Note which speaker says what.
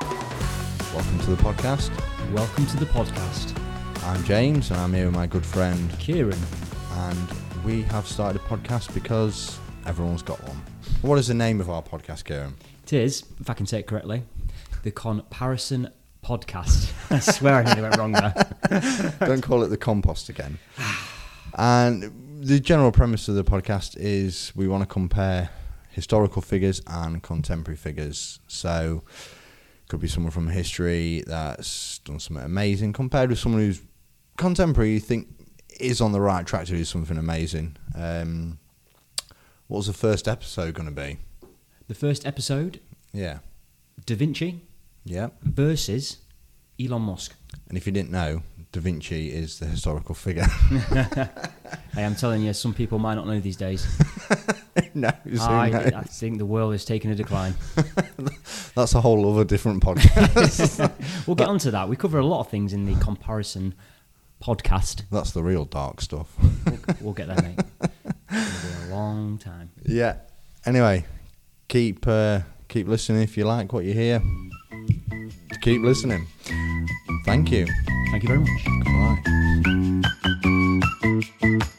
Speaker 1: Welcome to the podcast.
Speaker 2: Welcome to the podcast,
Speaker 1: I'm James and I'm here with my good friend.
Speaker 2: Kieran.
Speaker 1: And we have started a podcast because everyone's got one. What is the name of our podcast, Kieran?
Speaker 2: It is, if I can say it correctly, the Comparison Podcast. I swear I nearly went wrong there.
Speaker 1: Don't call it the compost again. And the general premise of the podcast is we want to compare historical figures and contemporary figures. So could be someone from history that's done something amazing compared with someone who's contemporary you think is on the right track to do something amazing. Um, what was the first episode going to be?
Speaker 2: The first episode
Speaker 1: Yeah.
Speaker 2: Da Vinci
Speaker 1: Yeah.
Speaker 2: versus Elon Musk.
Speaker 1: And if you didn't know, Da Vinci is the historical figure.
Speaker 2: Hey, I'm telling you, some people might not know these days.
Speaker 1: no, who
Speaker 2: I,
Speaker 1: knows?
Speaker 2: I think the world is taking a decline.
Speaker 1: that's a whole other different podcast.
Speaker 2: We'll get onto that. We cover a lot of things in the Comparison Podcast.
Speaker 1: that's the real dark stuff.
Speaker 2: We'll, we'll get there, mate. It's going to be a long time.
Speaker 1: Yeah. Anyway, keep uh, keep listening if you like what you hear. Keep listening. Thank you.
Speaker 2: Thank you very much.
Speaker 1: Goodbye.